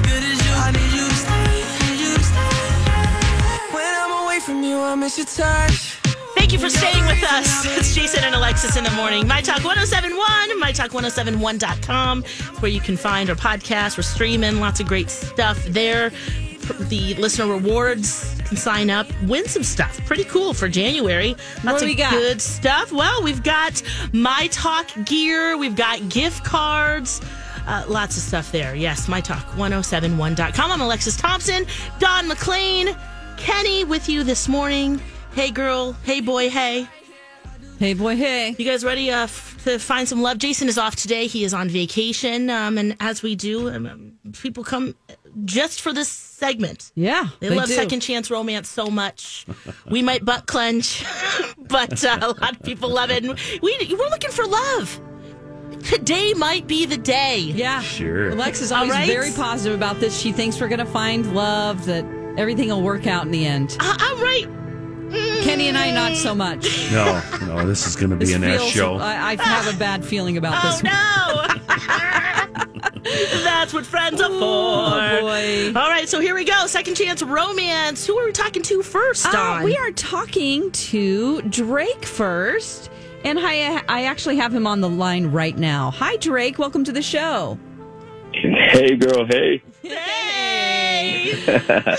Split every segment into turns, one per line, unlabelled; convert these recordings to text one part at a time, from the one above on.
good as you. I need you to stay, need you to stay. When I'm away from you, I miss your touch.
Thank you for staying with us. It's Jason and Alexis in the morning. My Talk 1071, mytalk1071.com, where you can find our podcast. We're streaming lots of great stuff there. The listener rewards you can sign up, win some stuff. Pretty cool for January. Lots
What do
of
we got?
good stuff. Well, we've got My Talk gear, we've got gift cards. Uh, lots of stuff there. Yes, mytalk1071.com. I'm Alexis Thompson, Don McLean, Kenny with you this morning. Hey, girl. Hey, boy. Hey.
Hey, boy, hey.
You guys ready uh, f- to find some love? Jason is off today. He is on vacation. Um, and as we do, um, um, people come just for this segment.
Yeah,
They,
they
love
do.
second chance romance so much. we might butt clench, but uh, a lot of people love it. And we, we're looking for love. Today might be the day.
Yeah.
Sure.
Alexa's always
All right.
very positive about this. She thinks we're going to find love, that everything will work out in the end.
Uh, all right.
Kenny and I, not so much.
No, no, this is going to be
This
an ass
feels-
show.
I, I have a bad feeling about
Oh,
this one.
no. That's what friends are for.
boy.
All right, so here we go. Second chance romance. Who are we talking to first, Dawn?
Uh, we are talking to Drake first. And hi, I actually have him on the line right now. Hi, Drake. Welcome to the show.
Hey, girl. Hey.
Hey!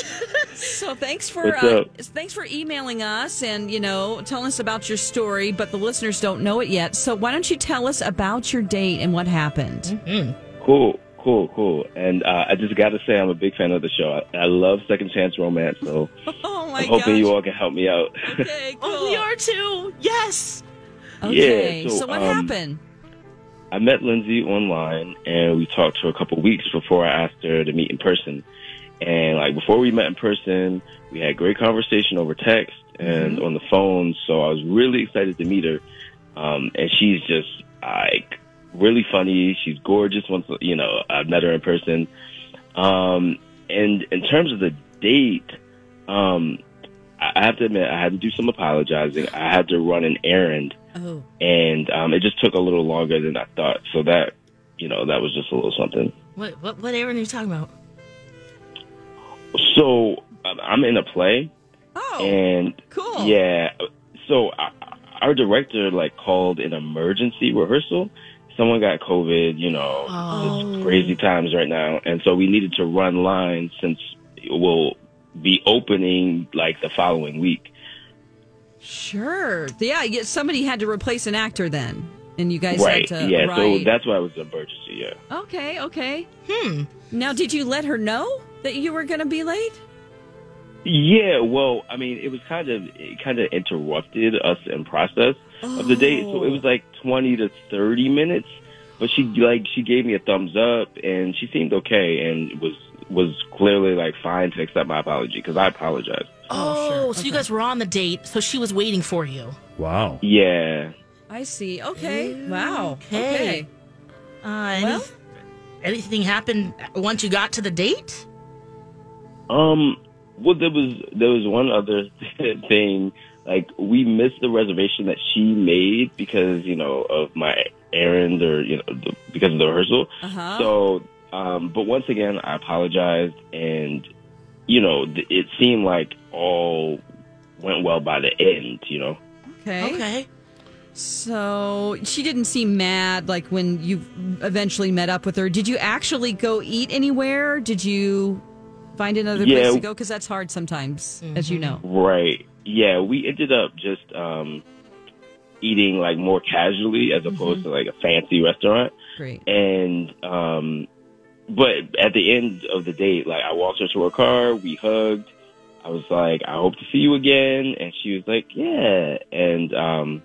So thanks for
What's
uh,
up?
thanks for emailing us and you know telling us about your story, but the listeners don't know it yet. So why don't you tell us about your date and what happened?
Cool. Cool. Cool. And uh, I just got to say, I'm a big fan of the show. I, I love second chance romance, so
Oh my
I'm hoping
gosh.
you all can help me out.
Okay, cool.
Oh, we are too. Yes.
Okay,
Yeah,
so,
so,
what
um,
happened?
I met Lindsay online, and we talked for a couple weeks before I asked her to meet in person. And like before we met in person, we had great conversation over text and on the phone. So I was really excited to meet her. Um, and she's just like really funny. She's gorgeous. Once you know, I met her in person. Um, and in terms of the date, um, I I have to admit, I had to do some apologizing. I had to run an errand
Oh,
and um, it just took a little longer than I thought. So that, you know, that was just a little something.
What, what, what Aaron are you talking about?
So um, I'm in a play,
oh,
and
cool.
yeah, so I, our director like called an emergency rehearsal. Someone got COVID, you know,
Oh.
it's crazy times right now, and so we needed to run lines since we'll be opening like the following week.
sure. Yeah, yeah, somebody had to replace an actor then, and you guys
right?
had to.
yeah.
right.
So that's why it was an emergency. Yeah.
okay. Okay. Hmm. Now, did you let her know that you were going to be late?
Yeah, well, I mean, it was kind of it kind of interrupted us in process of the date, so it was like twenty to thirty minutes. But she like she gave me a thumbs up, and she seemed okay, and was was clearly like fine to accept my apology because I apologized.
Oh, so you guys were on the date, so she was waiting for you.
Wow.
Yeah,
I see. Okay. wow.
okay. Uh, any-
Well?
anything happened once you got to the date?
Um. Well, there was there was one other thing. Like we missed the reservation that she made because you know of my errand or you know the, because of the rehearsal.
Uh-huh.
So, um, but once again, I apologized, and you know th- it seemed like all went well by the end. You know.
Okay. So she didn't seem mad like when you eventually met up with her. Did you actually go eat anywhere? Did you find another
Yeah.
place to go because that's hard sometimes, as you know.
Right. Yeah, we ended up just um, eating like more casually as opposed to like a fancy restaurant.
Great.
And um, but at the end of the date, like I walked her to her car, we hugged. I was like, I hope to see you again, and she was like, Yeah. And um,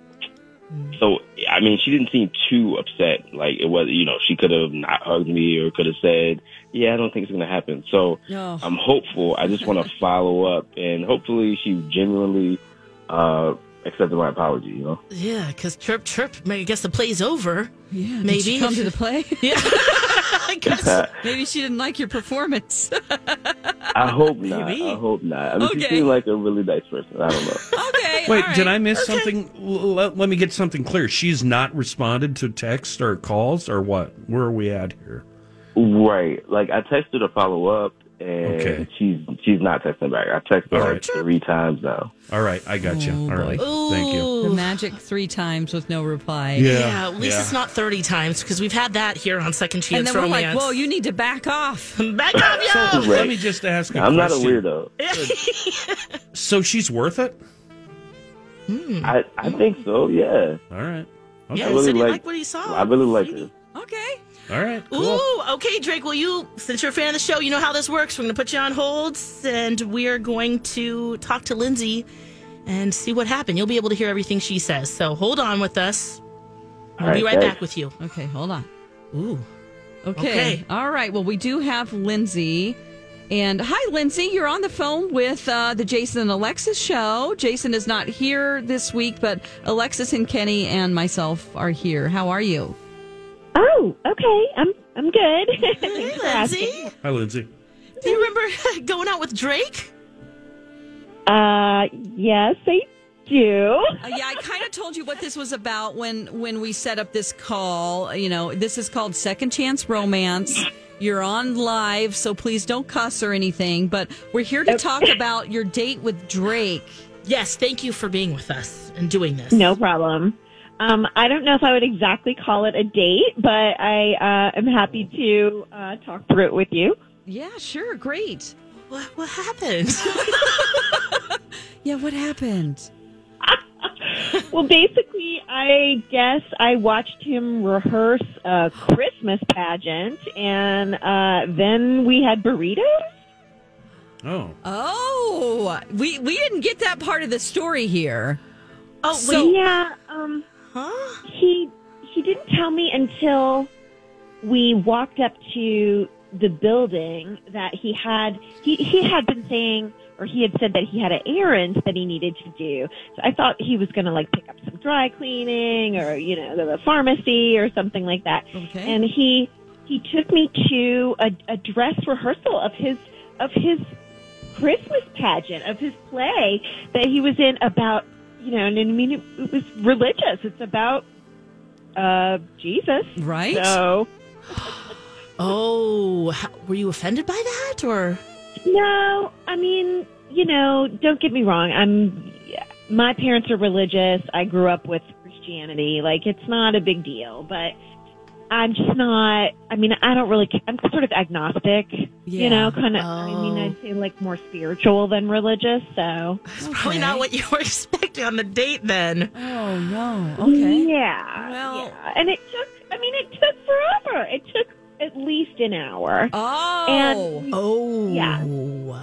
Mm.
so I mean, she didn't seem too upset. Like it was, you know, she could have not hugged me or could have said, Yeah, I don't think it's gonna happen. So.
Oh.
No.
I'm hopeful. I just want to follow up, and hopefully, she genuinely uh, accepted my apology. You know,
Yeah, because chirp, chirp, I guess the play's over.
yeah. Did
maybe
she
if
come to the
you-
play.
Yeah. I guess.
maybe she didn't like your performance.
I hope not.
Maybe.
I hope not. I mean, she
Okay.
seemed like a really nice person. I don't know.
okay.
Wait,
all
did
right.
I miss something? L- let, let me get something clear. She's not responded to texts or calls or what? Where are we at here?
right? Like I texted her follow up, and
Okay.
she's she's not texting back. I texted her
All
like,
right.
three times now.
All right, I got you. All right, thank you.
The
Ooh.
magic three times with no reply.
Yeah, at least it's not 30 times because we've had that here on Second Chance
And then we're
Romance.
like, whoa, you need to back off.
Back up, yo!
Right.
Let me just ask. i
I'm not a weirdo.
So she's worth it.
Hmm. I I think so. Yeah.
All right. Okay.
Yeah,
I really
said he
like-
liked what he saw.
I really like
Sweetie.
her.
Okay.
All right. Cool.
Ooh, okay, Drake. Well, you, since you're a fan of the show, you know how this works. We're going to put you on hold and we're going to talk to Lindsay and see what happened. You'll be able to hear everything she says. So hold on with us. We'll be
right,
right
thanks.
back with you.
Okay, hold on.
Ooh.
Okay.
Okay.
All right. Well, we do have Lindsay. And hi, Lindsay. You're on the phone with uh, the Jason and Alexis show. Jason is not here this week, but Alexis and Kenny and myself are here. How are you?
Oh, okay. I'm I'm good. Thanks
Hey,
for asking.
Lindsay.
Hi, Lindsay.
Do you remember going out with Drake?
Uh, yes, I do.
Uh, yeah, I kind of told you what this was about when when we set up this call. You know, this is called Second Chance Romance. You're on live, so please don't cuss or anything. But we're here to talk about your date with Drake.
Yes, thank you for being with us and doing this.
No problem. Um, I don't know if I would exactly call it a date, but I uh, am happy to uh, talk through it with you.
Yeah, sure, great.
What, what happened?
Yeah, what happened?
Well, basically, I guess I watched him rehearse a Christmas pageant, and uh, then we had burritos.
Oh,
Oh, we we didn't get that part of the story here.
oh, wait.
So-
Yeah. Um.
huh?
he he didn't tell me until we walked up to the building that he had he he had been saying or he had said that he had an errand that he needed to do. So I thought he was going to like pick up some dry cleaning or you know the pharmacy or something like that.
Okay.
And he he took me to a, a dress rehearsal of his of his Christmas pageant of his play that he was in about you know, and I mean, it, it was religious. It's about uh, Jesus.
Right?
So,
Oh, how, were you offended by that or?
no, I mean, you know, don't get me wrong. I'm, my parents are religious. I grew up with Christianity. Like, it's not a big deal, but I'm just not, I mean, I don't really, ca- I'm sort of agnostic,
Yeah.
you know, kind of, I mean,
Oh.
I'd say like more spiritual than religious. So,
It's probably not
Okay.
what you were expecting on the date then.
Oh no. Okay.
Yeah.
Well-
yeah. And it took, I mean, it took forever. It took at least an hour.
Oh.
And
Oh.
Yeah.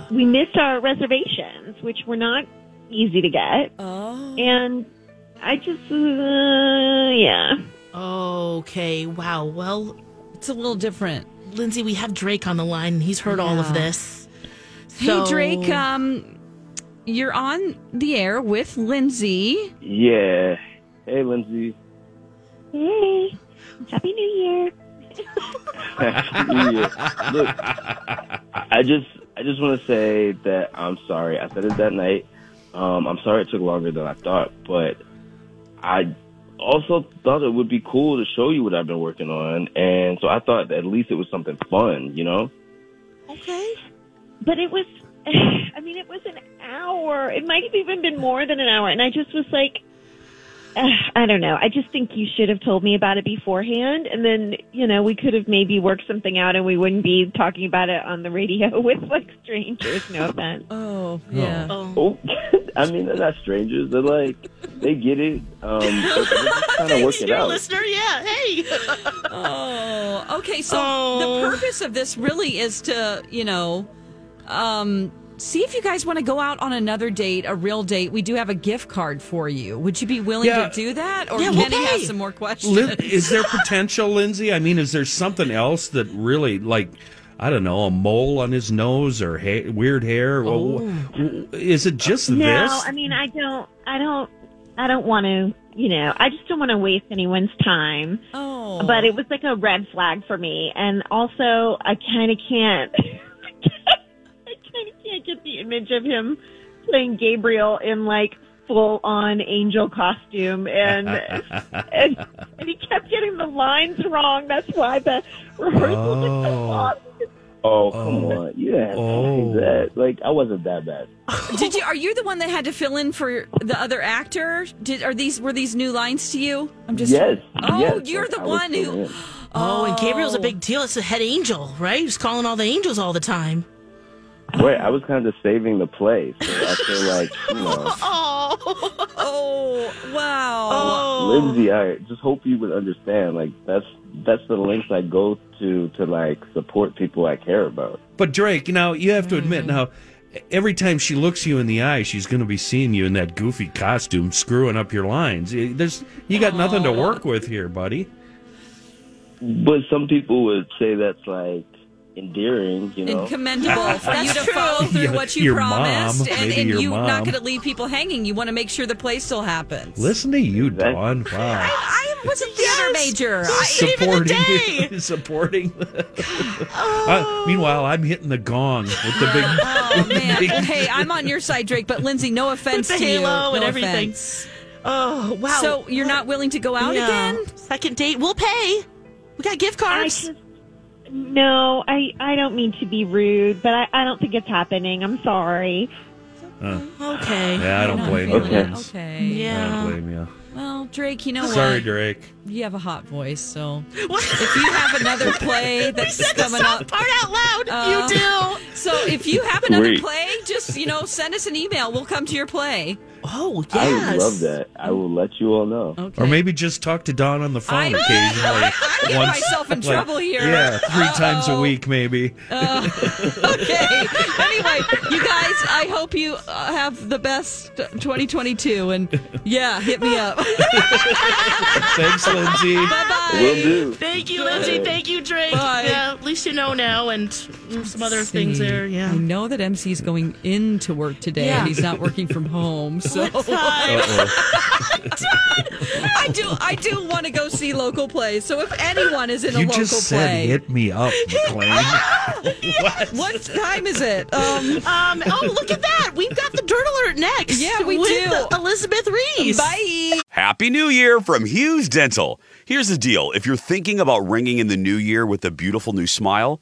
we missed our reservations, which were not easy to get.
oh.
And I just, uh, yeah.
Okay. Wow. Well,
it's a little different.
Lindsay, we have Drake on the line. and He's heard all of
Yeah.
this.
Hey
So-
Drake, um you're on the air with Lindsay.
Yeah. Hey, Lindsay.
Hey, Happy New Year.
Yeah. Look, I I just I just want to say that I'm sorry. I said it that night. Um, I'm sorry it took longer than I thought, but I also thought it would be cool to show you what I've been working on, and so I thought that at least it was something fun, you know?
Okay.
But it was, I mean, it was an hour. It might have even been more than an hour. And I just was like, uh, I don't know. I just think you should have told me about it beforehand, and then you know we could have maybe worked something out, and we wouldn't be talking about it on the radio with like strangers. No offense.
Oh, yeah.
Oh, I mean, they're not strangers. They're like, they get it. Um, they're kind of
Thanks,
working
dear
out.
listener. Yeah, hey.
Oh, okay. So
Oh.
the purpose of this really is to, you know, um, see if you guys want to go out on another date, a real date. We do have a gift card for you. Would you be willing
Yeah.
to do that? Or
Yeah, we'll
Kenny has
pay.
some more questions.
Lin- is there potential, Lindsay? I mean, is there something else that really, like, I don't know, a mole on his nose or ha- weird hair? Well, w- w- is it just
No,
this?
I mean I don't. I don't. I don't want to. You know, I just don't want to waste anyone's time.
oh,
But it was like a red flag for me, and also I kind of can't. I kind of can't get the image of him playing Gabriel in like full on angel costume, and, and and he kept getting the lines wrong. That's why the rehearsal took so
Oh.
long.
Oh, come on. You didn't have to
Oh.
say that. Like, I wasn't that bad.
did you? Are you the one that had to fill in for the other actor? Did are these were these new lines to you? I'm just
Yes.
Oh,
yes,
you're
like,
the
I was
one who-
doing it.
Oh, and Gabriel's a big deal. It's a head angel, right? He's calling all the angels all the time.
Right, I was kind of saving the play. So I feel like, you know,
Oh,
Oh wow. Oh.
Lindsay, I just hope you would understand. Like, that's that's the lengths I go to to like support people I care about.
But Drake, now you have to admit now. Every time she looks you in the eye, she's going to be seeing you in that goofy costume, screwing up your lines. Eh, There's you got nothing to work with here, buddy.
But some people would say that's like endearing, you know.
and commendable for you
That's
to follow
true.
through
Yeah,
what you
your
promised,
mom,
and,
maybe
and
your
you not
mom.
going to leave people hanging. You want to make sure the play still happens.
Listen to you,
That-
Dawn. Wow,
I was a theater major. I,
supporting
day.
you, supporting. Uh, meanwhile, I'm hitting the gong with the big.
oh man! hey, I'm on your side, Drake. But Lindsay, no offense
with the
to you.
halo
No
and everything.
offense.
Oh, wow.
So you're not willing to go out
Yeah.
again?
Second date, we'll pay. We got gift
I
cards.
just no, I I don't mean to be rude, but I, I don't think it's happening. I'm sorry.
okay.
Yeah, I don't blame you.
Feeling it.
Lindsay.
Okay.
I don't
Yeah.
blame you.
Well, Drake, you know
Sorry,
what?
Drake.
You have a hot voice, so
What?
if you have another play that's coming up.
Part out loud.
Uh,
you do.
So if you have another
Wait.
play, just you know, send us an email. We'll come to your play.
Oh, yes.
I would love that. I will let you all know.
Okay.
Or maybe just talk to Dawn on the phone
I-
occasionally.
I'm getting
once-
myself in
like,
trouble here.
Yeah, 3 times a
Uh-oh.
week maybe.
Uh, okay. Anyway, you guys, I hope you uh, have the best 2022. And yeah, hit me up. bye
Thanks, Lindsay.
bye.
Will do.
Thank you, Lindsay. Thank you, Drake.
Bye.
Yeah, at least you know now and mm, some other things
See,
there. Yeah.
I know that MC's going into work today
Yeah.
and he's not working from home. So
Time.
I do I do want to go see local plays. So if anyone is in a
You
local
just said
play,
hit me up, McLean.
what time is it? Um
Um, oh, look at that. We've got the dirt alert next.
Yeah, we
with
do.
Elizabeth Reese.
bye.
Happy New Year from Hughes Dental. Here's the deal if you're thinking about ringing in the new year with a beautiful new smile,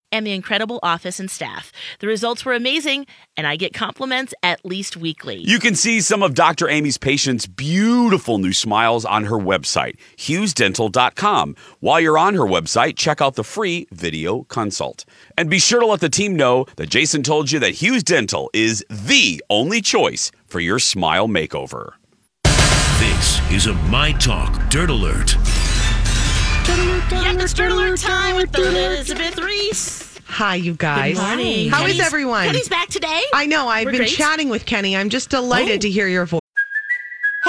and the incredible office and staff. The results were amazing, and I get compliments at least weekly.
You can see some of Dr. Amy's patients' beautiful new smiles on her website, hughesdental.com. While you're on her website, check out the free video consult. And be sure to let the team know that Jason told you that Hughes Dental is the only choice for your smile makeover.
This is a My Talk Dirt Alert.
Yep, it's Dirt Alert time with Elizabeth Reese.
Hi, you guys.
Good morning.
How is
Kenny's-
everyone?
Kenny's back today.
I know. I've
We're
been
great. Oh.
chatting with Kenny. I'm just delighted to hear your voice.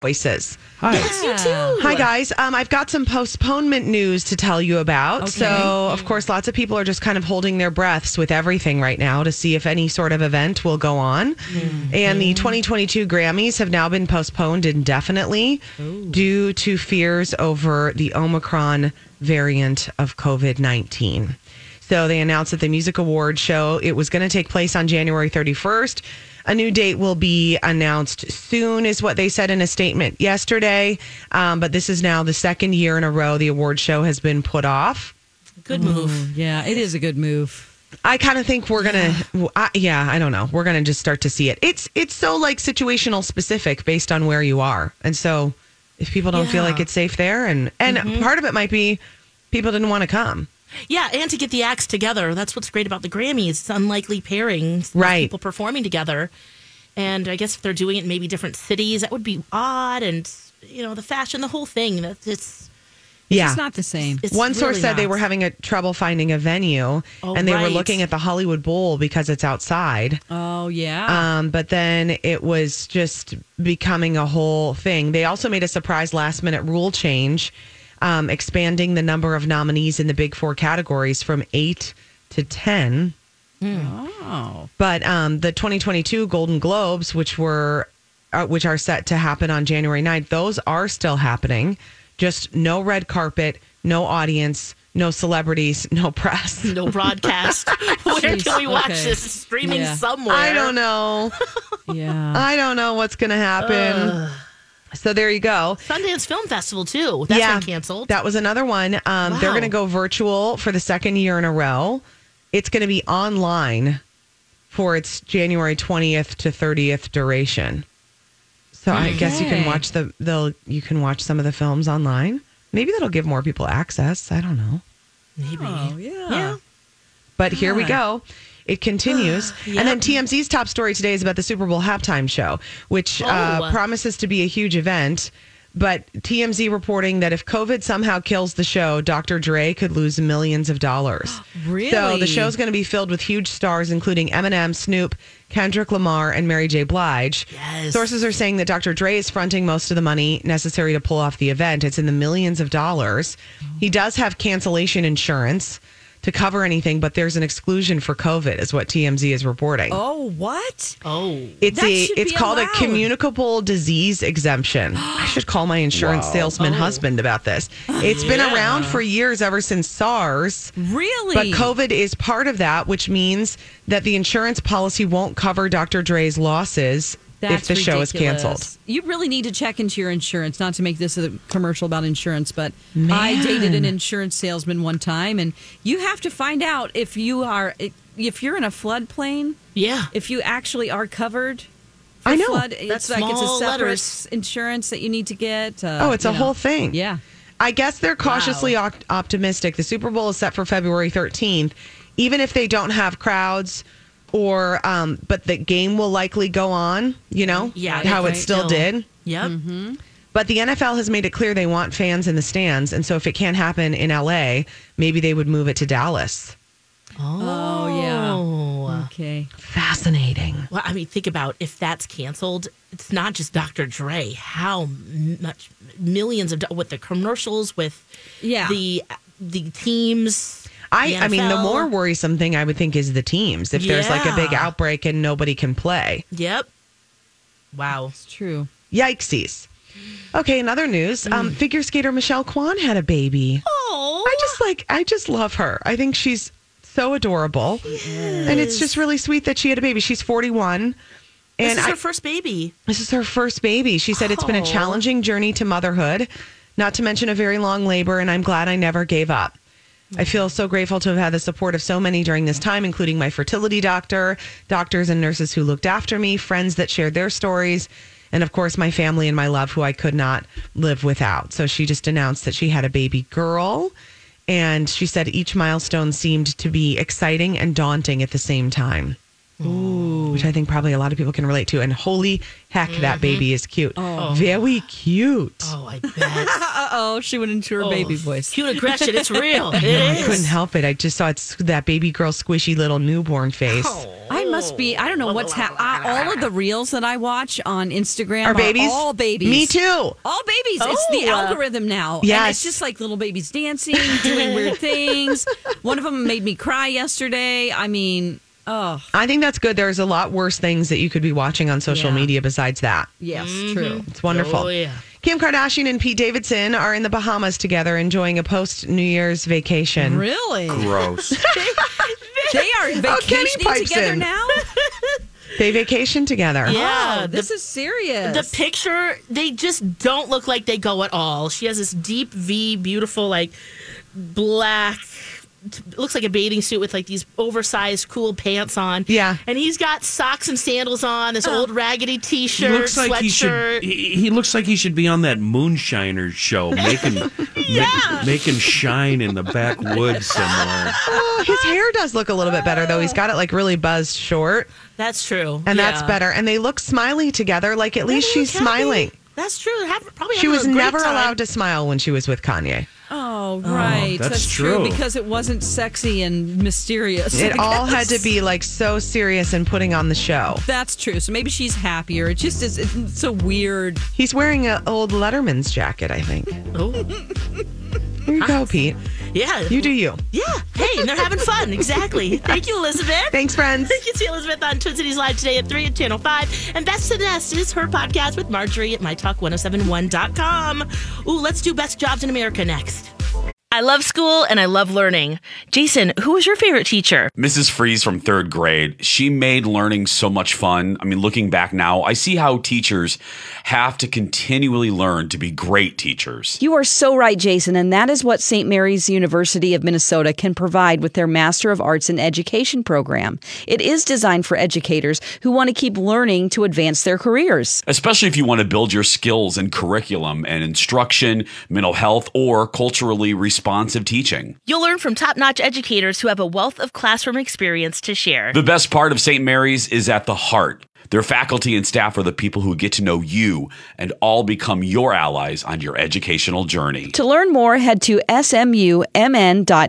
Voices.
Hi.
Hi, guys. Um, I've got some postponement news to tell you about.
Okay.
So, of course, lots of people are just kind of holding their breaths with everything right now to see if any sort of event will go on. And the 2022 Grammys have now been postponed indefinitely due to fears over the Omicron variant of COVID 19. So they announced at the Music Award show it was going to take place on January 31st. A new date will be announced soon, is what they said in a statement yesterday. Um, but this is now the second year in a row the award show has been put off.
Good move.
Yeah, it is a good move.
I kind of think we're gonna, I, yeah, I don't know. We're gonna just start to see it. It's it's so like situational specific based on where you are, and so if people don't feel
Yeah.
like it's safe there, and and part of it might be people didn't want to come.
Yeah, and to get the acts together. That's what's great about the Grammys. It's unlikely pairings, of
Right.
People performing together, and I guess if they're doing it in maybe different cities, that would be odd. And you know, the fashion, the whole thing. That it's
Yeah,
It's not the same.
it's
One source
really
said they
not.
were having a trouble finding a venue,
Oh,
and they were
right.
looking at the Hollywood Bowl because it's outside.
Oh yeah.
Ah.
Um, but then it was just becoming a whole thing. They also made a surprise last minute rule change, um, expanding the number of nominees in the Big Four categories from eight to ten.
oh.
But um, the 2022 Golden Globes, which were uh, which are set to happen on January 9th, those are still happening. Just no red carpet, no audience, no celebrities, no press.
no broadcast. Where
Jeez,
can we watch
okay.
this? It's Streaming
Yeah.
somewhere.
I don't know.
Yeah.
I don't know what's going to happen. So there you go.
Sundance Film Festival too. That's been canceled.
That was another one. Um, They're
Wow.
going to go virtual for the second year in a row. It's going to be online for its January 20th to 30th duration. So I guess you can
Okay.
watch the they'll you can watch some of the films online. Maybe that'll give more people access. I don't know.
Maybe.
Oh yeah.
Yeah.
But here we go. It continues. And then TMZ's top story today is about the Super Bowl halftime show, which uh,
Oh.
promises to be a huge event. But TMZ reporting that if COVID somehow kills the show, Dr. Dre could lose millions of dollars.
Really?
So the show's going to be filled with huge stars, including Eminem, Snoop, Kendrick Lamar, and Mary J. Blige.
Yes.
Sources are saying that Dr. Dre is fronting most of the money necessary to pull off the event. It's in the millions of dollars. He does have cancellation insurance to cover anything, but there's an exclusion for COVID, is what TMZ is reporting.
Oh what?
Oh.
It's
That
a
should
it's
be
called
allowed.
a communicable disease exemption. I should call my insurance
Oh.
salesman husband about this. It's been around for years ever since SARS.
Really?
But COVID is part of that, which means that the insurance policy won't cover Dr. Dre's losses if the show is
ridiculous.
canceled.
You really need to check into your insurance, not to make this a commercial about insurance, but I dated an insurance salesman one time and you have to find out if you are if you're in a floodplain,
Yeah.
if you actually are covered. for
I know.
Flood, it's
That's
like it's a
small
separate
letters.
insurance that you need to get. Uh,
Oh, it's a
you know.
whole thing.
Yeah.
I guess they're cautiously op- optimistic. The Super Bowl is set for February 13th, even if they don't have crowds or um but the game will likely go on, you know, how
Yeah, right, Mm-hmm.
it still
no.
did.
Yep.
But the NFL has made it clear they want fans in the stands, and so if it can't happen in LA, maybe they would move it to Dallas.
Oh, yeah. Okay.
Fascinating.
Oh. Well, I mean, think about if that's canceled. It's not just Dr. Dre. How m- much millions of do- with the commercials, with
Yeah.
the the teams.
I, I mean, the
NFL.
more worrisome thing I would think is the teams. If there's like a big
Yeah.
outbreak and nobody can play,
Yep. Wow. It's
true.
yikesies. Okay, in other news,
Mm.
um, figure skater Michelle Kwan had a baby.
Oh,
I just like, I just love her. I think she's so adorable, and it's just really sweet that she had a baby. She's 41,
This
and
is
I,
her first baby.
This is her first baby. She said it's been a
Oh.
challenging journey to motherhood, not to mention a very long labor, and I'm glad I never gave up. I feel so grateful to have had the support of so many during this time, including my fertility doctor, doctors and nurses who looked after me, friends that shared their stories, and of course, my family and my love, who I could not live without. So she just announced that she had a baby girl. And she said each milestone seemed to be exciting and daunting at the same time. Ooh. Which I think probably a lot of people can relate to. And holy heck, that baby is cute.
Oh.
Very cute.
Oh, I
uh oh, she went into her
Oh,
baby voice.
Cute aggression. It's real. It
I
is.
couldn't help it. I just saw it's that baby girl squishy little newborn face.
I must be. I don't know what's happening. All of the reels that I watch on Instagram
Are babies?
all babies.
Me too.
All babies. It's the
Oh.
algorithm now. And
Yes.
it's just like little babies dancing, doing weird things. One of them made me cry yesterday. I mean, oh,
I think that's good. There's a lot worse things that you could be watching on social
Yeah.
media besides that.
yes, true.
It's wonderful.
Oh, yeah.
Kim Kardashian and Pete Davidson are in the Bahamas together enjoying a post New Year's vacation.
Really?
Gross.
They are
Oh, Kenny
vacationing
pipes
together
in.
now?
They vacation together.
Yeah.
Oh, this is serious.
The picture, they just don't look like they go at all. She has this deep V, beautiful, like black, t- looks like a bathing suit with like these oversized, cool pants on.
Yeah.
And he's got socks and sandals on, this
Oh.
old raggedy t
He
shirt,
looks like he
sweatshirt.
should. He, he looks like he should be on that moonshiner show, making yeah. make, him shine in the backwoods somewhere.
Oh, his hair does look a little bit better though. He's got it like really buzzed short,
that's true.
and that's
Yeah.
better. And they look smiley together. Like at least she's
Happy.
smiling.
That's true. Have, probably
She
having
was
a great
never
time.
allowed to smile when she was with Kanye.
Oh, right.
that's true.
Because it wasn't sexy and mysterious.
It
I
all had
guess.
to be like so serious and putting on the show.
That's true. So maybe she's happier. It just is. It's so weird.
He's wearing an old Letterman's jacket, I think.
Oh,
There you go, Pete.
yeah.
You do you.
Yeah. Hey, and they're having fun. Exactly. Thank you, Elizabeth.
Thanks, friends.
You can see Elizabeth on Twin Cities Live today at 3 at Channel 5. And Best to the Nest is her podcast with Marjorie at mytalk1071.com. Ooh, let's do Best Jobs in America next. I love school and I love learning. Jason, who was your favorite teacher?
Mrs. Freeze from third grade, she made learning so much fun. I mean, looking back now, I see how teachers have to continually learn to be great teachers.
You are so right, Jason, and that is what St. Mary's University of Minnesota can provide with their Master of Arts in Education program. It is designed for educators who want to keep learning to advance their careers.
Especially if you want to build your skills in curriculum and instruction, mental health, or culturally responsive teaching.
You'll learn from top notch educators who have a wealth of classroom experience to share.
The best part of St. Mary's is at the heart. Their faculty and staff are the people who get to know you and all become your allies on your educational journey.
To learn more, head to smumn.edu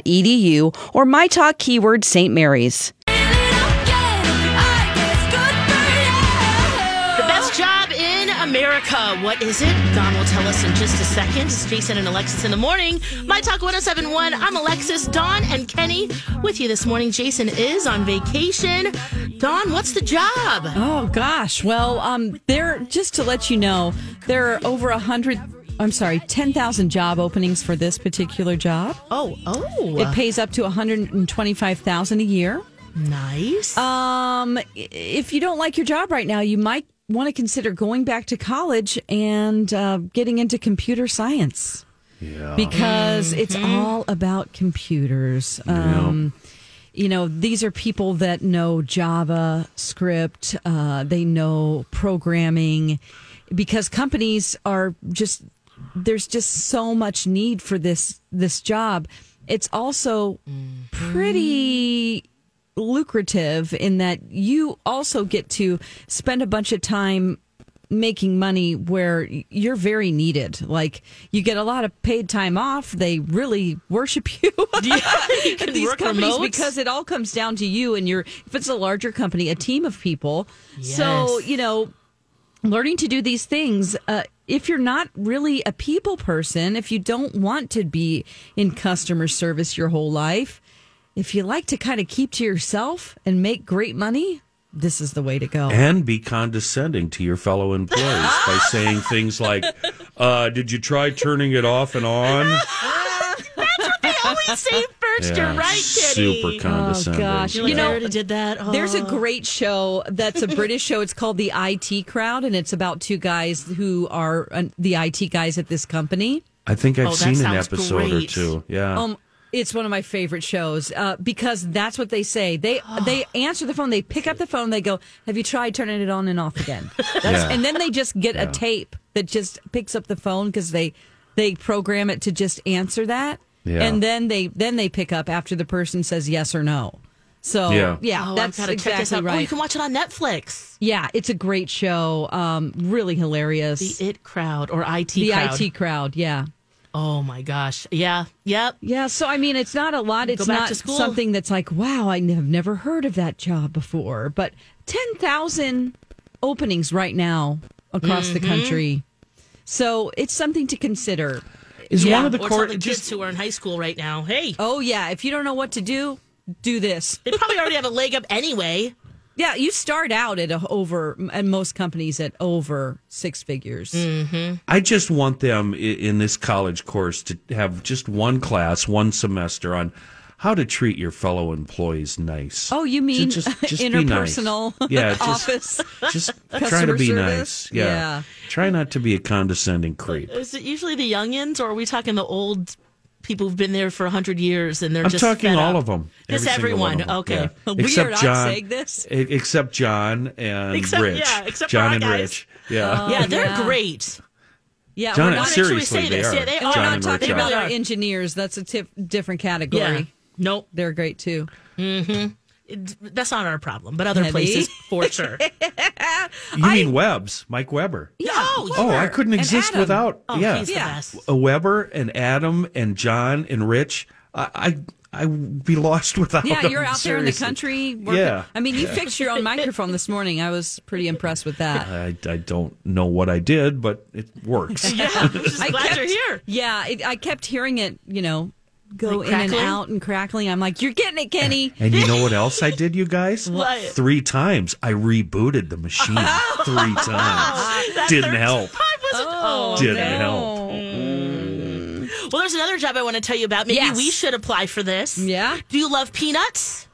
E or my talk keyword St. Mary's.
The best job in America. What is it? Don will tell us in just a second. It's Jason and Alexis in the morning. My Talk 1071. I'm Alexis, Don, and Kenny with you this morning. Jason is on vacation. Don, what's the job?
Oh gosh. Well, um, there. Just to let you know, there are over a hundred. I'm sorry, ten thousand job openings for this particular job.
Oh,
It
oh.
pays up to one hundred and twenty-five thousand a year.
nice.
Um, i- if you don't like your job right now, you might want to consider going back to college and uh, getting into computer science. Yeah. Because it's
Mm-hmm.
all about computers. Um, You know, these are people that know Java script, uh, they know programming, because companies are just there's just so much need for this this job. It's also pretty lucrative in that you also get to spend a bunch of time making money where you're very needed. Like you get a lot of paid time off. They really worship you.
you can
at these
work
companies
remote.
because it all comes down to you and your if it's a larger company, a team of people. So,
Yes.
you know, learning to do these things uh, if you're not really a people person, if you don't want to be in customer service your whole life, if you like to kind of keep to yourself and make great money, this is the way to go.
and be condescending to your fellow employees by saying things like, uh, "Did you try turning it off and on?"
They always say first.
Yeah,
You're right, Kitty.
super condescending.
Oh gosh,
You're like,
you know,
I already did that.
There's a
Oh.
great show that's a British show. It's called The IT Crowd, and it's about two guys who are uh, the IT guys at this company.
I think I've
Oh, that
seen an
sounds
episode or
great.
two. Yeah.
Um, it's one of my favorite shows uh, because that's what they say. They they answer the phone. They pick up the phone. They go, "Have you tried turning it on and off again?" That's,
Yeah.
And then they just get
Yeah.
a tape that just picks up the phone because they they program it to just answer that.
Yeah.
And then they then they pick up after the person says yes or no. So
Yeah.
yeah,
Oh, I've
that's
gotta check this
exactly
out. Oh,
right.
you can watch it on Netflix.
Yeah, it's a great show. Um, really hilarious.
The It Crowd or IT
the
Crowd.
IT crowd. Yeah.
Oh my gosh. Yeah. Yep.
Yeah. So I mean, it's not a lot. It's
back
not
to school.
something that's like, wow, I have never heard of that job before. But ten thousand openings right now across the
Mm-hmm.
country. So it's something to consider.
Is
Yeah,
one of the
or
core-
tell the kids who are in high school right now. Hey,
Oh yeah, if you don't know what to do, do this.
they probably already have a leg up anyway.
Yeah, you start out at a over, and most companies at over six figures.
Mm-hmm.
I just want them i- in this college course to have just one class, one semester on how to treat your fellow employees nice.
Oh, you mean
just, just be nice.
interpersonal
Yeah, just-
office?
Just try to
Oh, customer
be
service?
nice. Yeah.
Yeah.
Try not to be a condescending creep.
Is it usually the youngins, or are we talking the old people who've been there for hundred years and they're
I'm
just
talking
fed
all
up?
of them.
Just
Every single one
everyone.
of 'em.
Okay.
Yeah.
Weird,
Except
I'm
John.
saying this.
e- Except John and
Except-
Rich.
yeah, except for
John
our
and
guys. Uh,
Rich. Oh, Yeah.
Yeah, they're
Yeah.
great.
Yeah,
John,
we're not
seriously,
seriously,
say
they
this.
are.
Yeah, they
We're
John
not
and
talking
Rich are.
about our
are.
engineers. That's a tip, different category.
Yeah. Nope. Mm-hmm.
They're great too.
It- that's not our problem, but other
Maybe.
places for sure.
You mean Webb's, Mike Weber.
Yeah. Oh,
Oh, I
sure.
couldn't
And
exist
Adam.
without.
Oh,
yeah.
he's the
Yeah.
best.
a Weber and Adam and John and Rich, I I, I would be lost without.
Yeah,
them,
you're out there in the
seriously.
country.
Yeah.
I mean, you fixed your own microphone this morning. I was pretty impressed with that.
I, I don't know what I did, but it works.
Yeah, I'm just glad
kept-
you're here.
Yeah, it, I kept hearing it. You know, go
Like
in and
crackling?
out and crackling. I'm like, you're getting it, Kenny.
And you know what else I did, you guys?
What?
Three times I rebooted the machine. Three times. Didn't help.
Oh,
Didn't
no. Mm.
help.
Well, there's another job I want to tell you about. Maybe
Yes.
we should apply for this.
Yeah. Uh,
Do you love peanuts?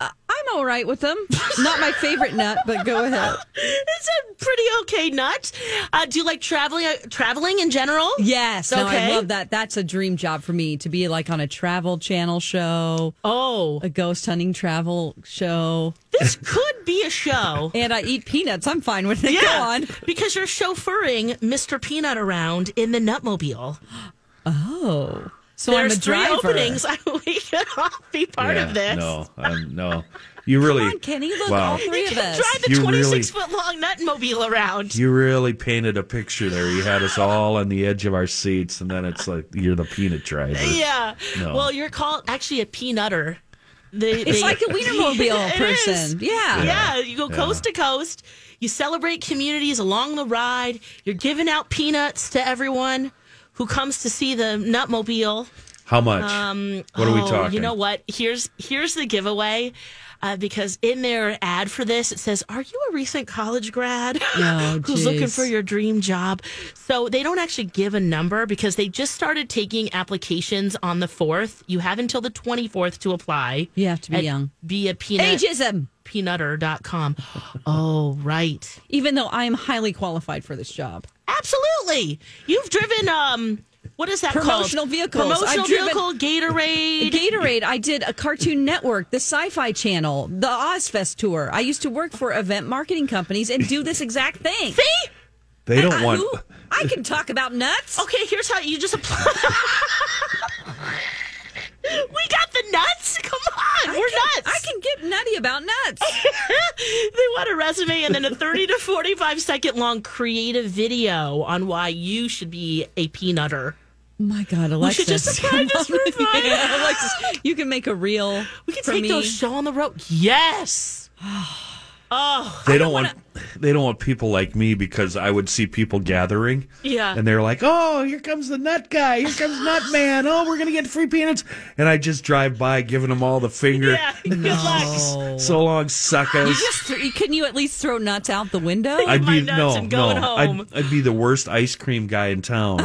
I'm all right with them. Not my favorite nut, but go ahead.
It's a pretty okay nut. Uh, do you like traveling? Uh, traveling in general?
Yes, no, I
Okay.
love that. That's a dream job for me to be like on a travel channel show,
Oh,
a ghost hunting travel show.
this could be a show.
And I eat peanuts. I'm fine with it.
Yeah,
Go on.
because you're chauffeuring Mr. Peanut around in the Nutmobile.
Oh. So
There's
I'm a
three
driver.
openings. we could all be part
Yeah,
of this.
No, um, no. You really,
Come on, Kenny. Look,
Wow.
all three of us.
Drive the
You really-
26 foot long Nutmobile around.
you really painted a picture there. You had us all on the edge of our seats, and then it's like you're the peanut driver.
yeah.
No.
Well, you're called actually a peanutter. They,
It's
they-
like a Wienermobile
It is.
person. Yeah.
Yeah, you go coast to coast. You celebrate communities along the ride. You're giving out peanuts to everyone who comes to see the Nutmobile.
How much? what are we
Oh,
talking?
You know what? Here's here's the giveaway. Uh, because in their ad for this, it says, "Are you a recent college grad
Oh,
who's looking
geez.
for your dream job?" So they don't actually give a number because they just started taking applications on the fourth. You have until the twenty fourth to apply.
You have to be
at
young.
Be a peanut.
Ageism.
Peanutter.com. oh, right.
Even though I am highly qualified for this job.
Absolutely. You've driven um what is that
Promotional
called?
vehicles.
Promotional
I've driven-
vehicle, Gatorade.
Gatorade, I did a Cartoon Network, the Sci Fi Channel, the Ozfest tour. I used to work for event marketing companies and do this exact thing. See?
they don't want.
I can talk about nuts.
Okay, here's how you just apply. we got the nuts. Come on, we're nuts.
I can get nutty about nuts.
they want a resume and then a 30 to 45 second long creative video on why you should be a peanutter.
My God, Alexis.
should just apply this
Come on.
roof line.
Yeah, Alexis, you can make a reel.
We can
for
take
me.
those show on the road. Yes. Oh,
They don't want they don't want people like me because I would see people gathering.
Yeah.
And they're like, "Oh, here comes the nut guy. Here comes nut man. Oh, we're going to get free peanuts." And I just drive by giving them all the finger.
Yeah, good luck.
So long,
You
suckers.
just th- couldn't you at least throw nuts out the window?
I'd be no, no. I'd, I'd be the worst ice cream guy in town.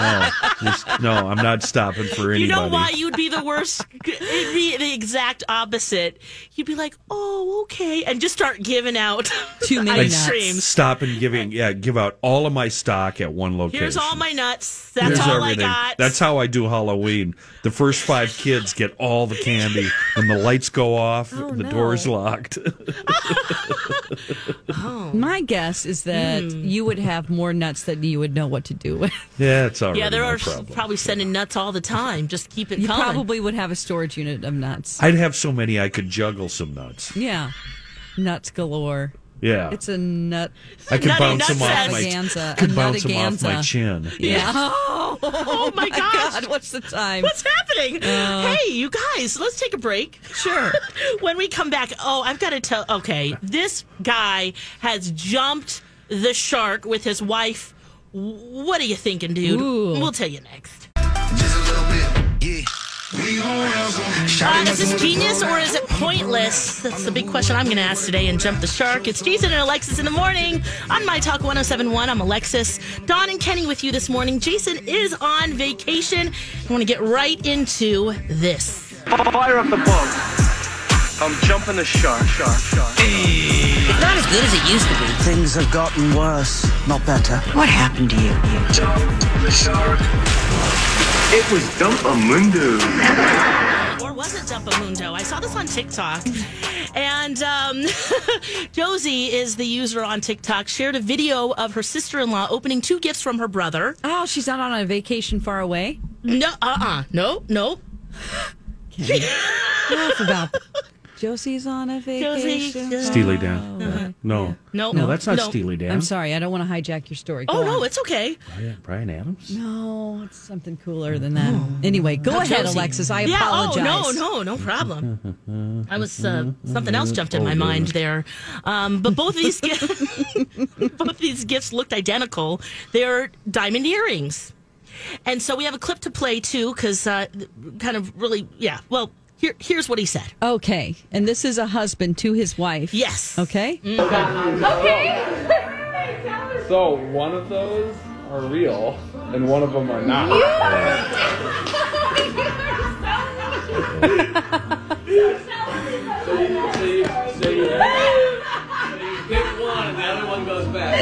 no, just, no, I'm not stopping for anybody.
You know why you'd be the worst? It'd be the exact opposite. You'd be like, oh, okay, and just start giving out too
I'd
ice
s-
creams.
Stop and giving, yeah, give out all of my stock at one location.
Here's all my nuts. That's
Here's
all
everything.
I got.
That's how I do Halloween. The first five kids get all the candy, and the lights go off,
Oh,
the
no.
door's locked.
My guess is that you would have more nuts than you would know what to do with.
yeah, it's all right.
yeah, there are
problem.
probably sending nuts all the time. Just keep it
You
coming.
probably would have a storage unit of nuts.
I'd have so many I could juggle some nuts.
Yeah, nuts galore.
Yeah.
it's a nut.
I could
nutty
bounce
nut
them off my
extravaganza,
could
a
bounce them off
nuttiganza.
my chin.
Yeah. Oh, my God! What's the time?
What's happening?
Uh,
hey, you guys, let's take a break.
Sure.
when we come back, oh, I've got to tell. Okay, this guy has jumped the shark with his wife. What are you thinking, dude?
Ooh.
We'll tell you next.
Uh,
Uh, is this genius or is it pointless? That's the big question I'm going to ask today and jump the shark. It's Jason and Alexis in the morning on My Talk 1071. I'm Alexis. Don and Kenny with you this morning. Jason is on vacation. I want to get right into this.
Fire up the boat. I'm jumping the shark, shark, shark. Not as good as it used to be.
Things have gotten worse, not better. What happened to you?
The shark. It was Dump Amundo.
or was it Dumpamundo? I saw this on TikTok. And um, Josie is the user on TikTok, shared a video of her sister in law opening two gifts from her brother.
Oh, she's not on a vacation far away?
No, uh uh No, no.
Enough about Josie's on a
Josie,
vacation. Oh. Uh-huh.
yeah.
Steely Dan. No.
No.
No, that's not
No.
Steely Dan.
I'm sorry, I don't want to hijack your story. Go
Oh, no,
on.
it's okay.
Brian, Brian Adams?
No, it's something cooler than that. Anyway, go
Not
ahead,
Josie.
Alexis. I
yeah,
apologize.
Oh, no, no, no problem. I was uh, something else jumped in my mind there, um, but both of these gi- both these gifts looked identical. They're diamond earrings, and so we have a clip to play too, because uh, kind of really, yeah. Well, here here's what he said.
Okay, and this is a husband to his wife.
Yes. Mm-hmm.
Okay.
So one of those are real and one of them are not. so you, so you, so you, so you pick one and the other one goes back.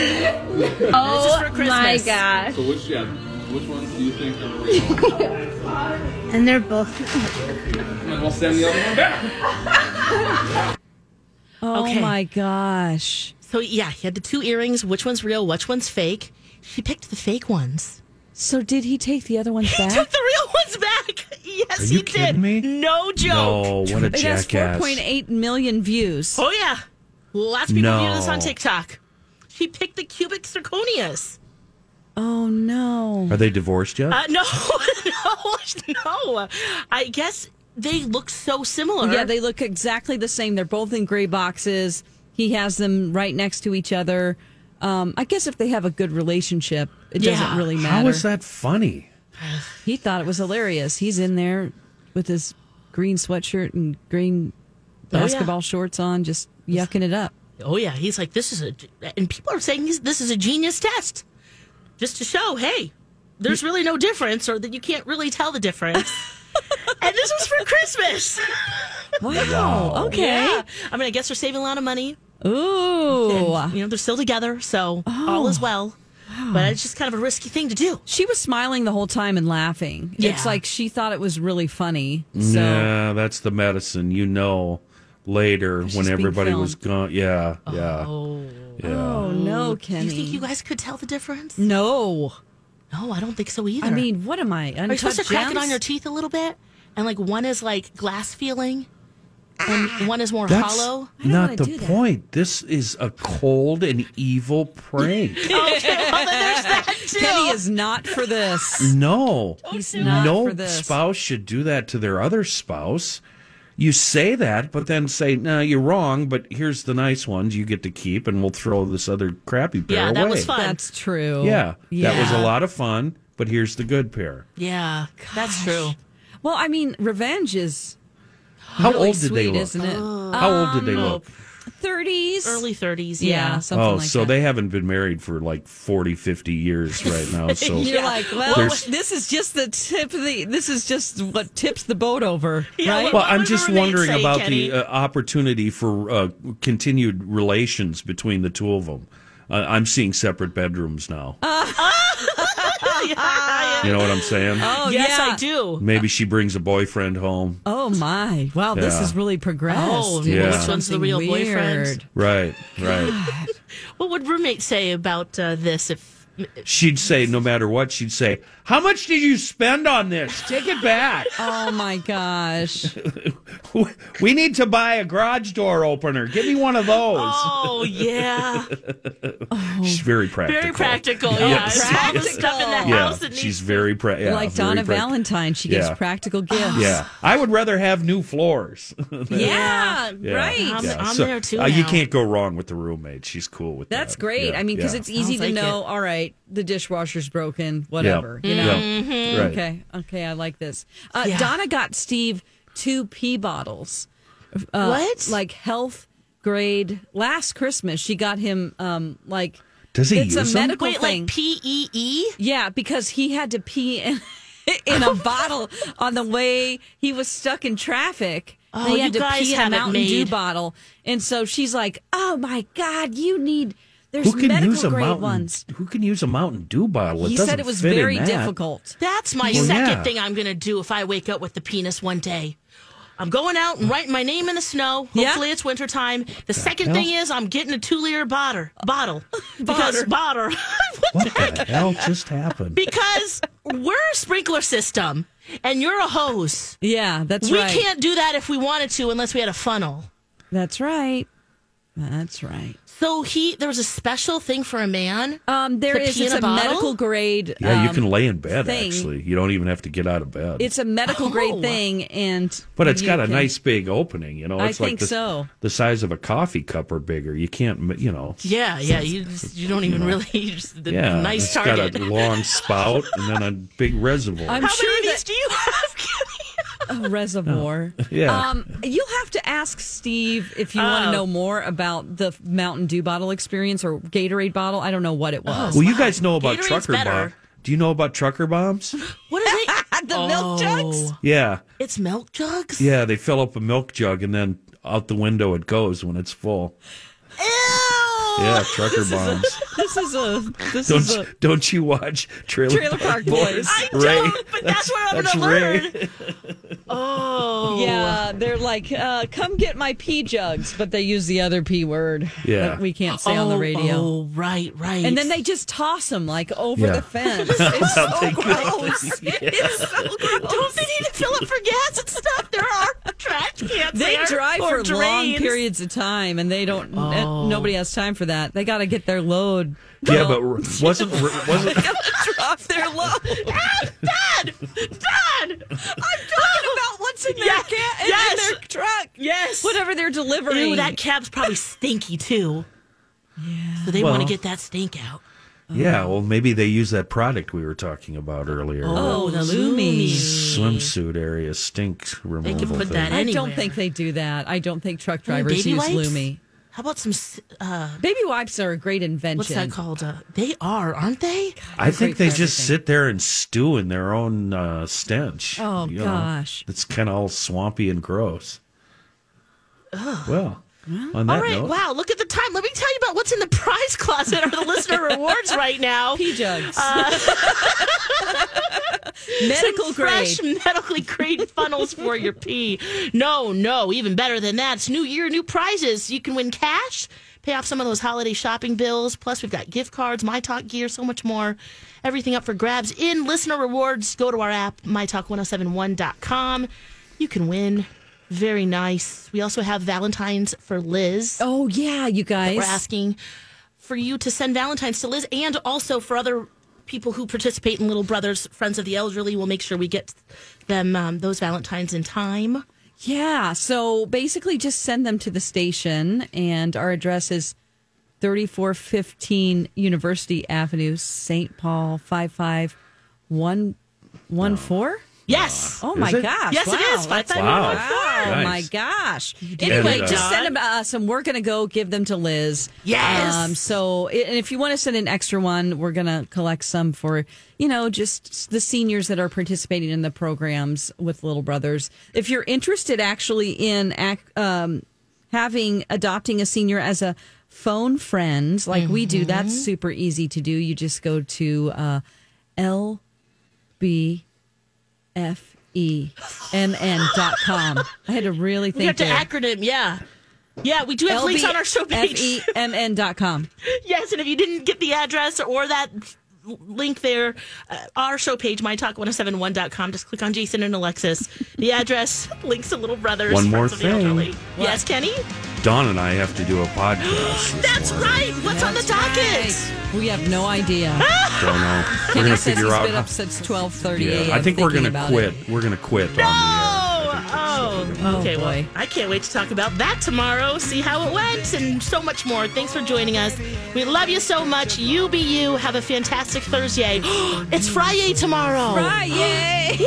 Oh This is for Christmas. my gosh.
So which yeah, which ones do you think are real?
And they're both.
and we'll send the other one back.
Oh
Okay.
my gosh.
So yeah, he had the two earrings. Which one's real? Which one's fake? She picked the fake ones.
So did he take the other ones
He
back?
took the real ones back. Yes,
Are you
he did.
kidding me?
No joke.
No, what a
it has
jackass.
4.8 million views.
Oh yeah, lots of people
No.
view this on TikTok. She picked the cubic zirconias.
Oh no.
Are they divorced yet?
Uh, no, no, no. I guess they look so similar.
Yeah, they look exactly the same. They're both in gray boxes. He has them right next to each other. Um, I guess if they have a good relationship, it doesn't
Yeah.
really matter.
How is that funny?
He thought it was hilarious. He's in there with his green sweatshirt and green
Oh, yeah.
basketball shorts on, just yucking it up.
Oh yeah, he's like this is a, and people are saying he's, this is a genius test, just to show hey, there's really no difference, or that you can't really tell the difference. and this was for Christmas.
Wow. Okay.
Yeah. I mean, I guess they're saving a lot of money.
Ooh.
And, you know, they're still together, so all is well. But it's just kind of a risky thing to do.
Oh. She was smiling the whole time and laughing.
Yeah.
It's like she thought it was really funny. So
Yeah, that's the medicine. You know, later when
being
everybody was
filmed.
gone. Yeah, yeah, yeah.
Oh no, Kenny.
Do you think you guys could tell the difference?
No.
No, I don't think so either.
I mean, what am I?
are you supposed to
uncut
crack it on
gems?
your teeth a little bit? And like one is like glass feeling,
Ah.
and one is more
That's
hollow.
not the point. This is a cold and evil prank.
Kenny is not for this.
no,
He's not
no
for this.
spouse should do that to their other spouse. you say that, but then say, "No, you're wrong." But here's the nice ones you get to keep, and we'll throw this other crappy pair
Yeah,
away.
that was fun.
That's true.
Yeah, that was
Yeah.
a lot of fun. But here's the good pair.
Yeah, that's true.
Well, I mean, revenge is
How
really
old did
sweet,
they look?
Isn't it? Um,
How old did they look?
Thirties,
early Uh, thirties.
Yeah,
Yeah.
something
oh,
like
so they haven't been married for like 40, 50 years right now. So
You're like, well,
there's-
this is just the tip of the. This is just what tips the boat over, right?
Well, I'm just wondering about the uh, opportunity for uh, continued relations between the two of them. Uh, I'm seeing separate bedrooms now.
Uh,
You know what I'm saying?
Oh, yes, I do.
Maybe she brings a boyfriend home.
Oh my! Wow, this
Yeah.
is really progressed.
Oh,
Yeah.
which one's the
Something
real
weird.
boyfriend?
Right, right.
What would roommate say about uh, this? If
She'd say, no matter what, she'd say, How much did you spend on this? Take it back.
Oh my gosh!
We need to buy a garage door opener. Give me one of those.
oh yeah,
Oh,
She's very practical.
very practical. Yeah,
Yes.
all the stuff in the
Yeah,
house that
she's very pra- yeah,
like
very
Donna
prac-
Valentine, she gives
Yeah.
Ah.
practical gifts.
Yeah, I would rather have new floors.
Yeah,
Yeah.
right.
Yeah.
I'm-
I'm
So,
there too
uh, you
now.
can't go wrong with the roommate. She's cool with
That's
that.
great.
Yeah,
I mean, because
yeah.
it's easy
Sounds
to
like
know. All right, the dishwasher's broken. Whatever. You
Yeah.
know. Mm-hmm.
Mhm. Right.
Okay. Okay. I like this. Uh,
Yeah.
Donna got Steve two pee bottles. Uh,
What?
Like health grade. Last Christmas, she got him um like.
Does he
It's
use
a
them?
medical
Wait, like
thing.
P E E.
yeah, because he had to pee in, in a bottle on the way. He was stuck in traffic.
Oh,
They had
you
to
guys
pee in a
haven't
Mountain Dew
made-
bottle, and so she's like, "Oh my God, you need." There's
Who can
medical
use a
grade
mountain?
ones.
Who can use a Mountain Dew bottle? It
he
doesn't
said it was
fit in
very
that.
difficult.
That's my
Well,
second
yeah.
thing I'm going to do if I wake up with the penis one day. I'm going out and writing my name in the snow.
Yeah.
Hopefully it's wintertime. The second
hell?
thing is I'm getting a two liter bottle. Bottle. Because bottle.
What the hell just happened?
because we're a sprinkler system and you're a hose.
Yeah, that's
we
right.
can't do that if we wanted to unless we had a funnel.
That's right. That's right.
So he there was a special thing for a man.
Um, there
To
is
pee in
it's
a
a,
bottle?
medical grade.
Yeah, you
um,
can lay in bed.
thing.
Actually, you don't even have to get out of bed.
It's a medical
Oh.
grade thing, and
but it's
you
got a
can-
nice big opening. You know,
I
it's like
think
the,
so.
the size of a coffee cup or bigger. You can't. ma- You know.
yeah, yeah. You just, you don't even really you just, the
Yeah,
nice
it's
target.
got a long spout and then a big reservoir.
I'm
How
sure
many of
that-
these do you have, Kenny?
a reservoir.
Oh, Yeah.
Um, you'll have to ask Steve if you want to
Oh.
know more about the Mountain Dew bottle experience or Gatorade bottle. I don't know what it
Oh,
was.
well, you guys know about
Gatorade's
trucker
better.
bomb. Do you know about trucker bombs?
What are they? Oh.
the milk jugs.
Yeah.
It's milk jugs?
Yeah, they fill up a milk jug and then out the window it goes when it's full.
Ew!
Yeah, trucker bombs.
This is a this
Don't
is a
don't you watch Trailer,
Trailer Park Boys.
I
Ray.
don't, but that's, what I'm
That's
gonna
Ray.
learn. Oh.
yeah. They're like, uh, come get my pee jugs, but they use the other p word
Yeah.
that we can't say on the
Oh,
radio.
Oh, right, right.
And then they just toss them like over
Yeah.
the fence. It's so
They go-
gross.
It's so gross. Don't they need to fill up for gas and stuff? There are trash cans.
They
there,
drive
or
for long
drains. Oh.
periods of time, and they don't. uh, Nobody has time for that. They got to get their load.
Yeah, but r- wasn't r- wasn't
Drop their load.
Ah, Dad! Dad! I'm
talking about what's in their
Yes,
ca- in
yes.
their truck.
Yes.
Whatever they're delivering.
Ooh, that cab's probably stinky too. Yeah. So they want
Well.
to get that stink out.
Yeah, well maybe they use that product we were talking about earlier.
oh, the
that
Loomies.
swimsuit area stinks removal
put
thing.
that
I don't
Anywhere.
think they do that. I don't think truck drivers
baby
use
wipes?
Loomy.
How about some? s- Uh,
Baby wipes are a great invention.
what's that called? Uh, they are, aren't they?
I think
Great
they
for
just
everything.
sit there and stew in their own uh, stench.
Oh,
you
gosh.
it's kind of all swampy and gross. Well, on that
All right.
note,
Wow. Look at the time. Let me tell you about what's in the prize closet or the listener rewards right now. Uh,
Pee jugs. Medical grade.
Fresh medically grade funnels for your pee. No, no, even better than that. It's new year, new prizes. You can win cash, pay off some of those holiday shopping bills. Plus, we've got gift cards, My Talk gear, so much more. Everything up for grabs in listener rewards. Go to our app, mytalk1071.com. You can win. Very nice. We also have Valentine's for Liz.
Oh yeah, you
We're
guys.
asking for you to send Valentine's to Liz and also for other people who participate in Little Brothers Friends of the Elderly. We'll make sure we get them um, those Valentines in time.
Yeah. Ah, So basically, just send them to the station, and our address is 3415 University Avenue, St. Paul, 55114.
Yes.
Oh
Is
my
it?
gosh.
Yes, it
Wow.
is.
That's-
55114.
Wow. Oh
Nice.
my gosh.
did
Anyway,
it,
just
Don.
send them to us, and we're going to go give them to Liz. Um,
Yes.
so, and if you want to send an extra one, we're going to collect some for, you know, just the seniors that are participating in the programs with Little Brothers. If you're interested actually in ac- um, having adopting a senior as a phone friend, like we do,
Mm-hmm.
that's super easy to do. You just go to uh, LB. F E M N dot com. I had to really
We have
think.
to acronym, yeah. Yeah, we do have links on our show page.
E L-B-F-E-M-N dot com.
Yes, and if you didn't get the address or that link there, uh, our show page, mytalk1071.com, just click on Jason and Alexis. The address links to Little Brothers.
One more
Friends of the
thing.
Elderly. Yes, Kenny?
Dawn and I have to do a podcast.
That's right. What's on the docket? Ah!
We have no idea.
Don't know. We're
Kenny
gonna
says
figure
he's
out.
been up since twelve thirty.
yeah, I think we're
going
gonna
to
quit. We're gonna quit. No!
Oh, oh, okay. Well, I can't wait to talk about that tomorrow, see how it went, and so much more. Thanks for joining us. We love you so much. You be you. Have a fantastic Thursday. it's Friday tomorrow.
Friday.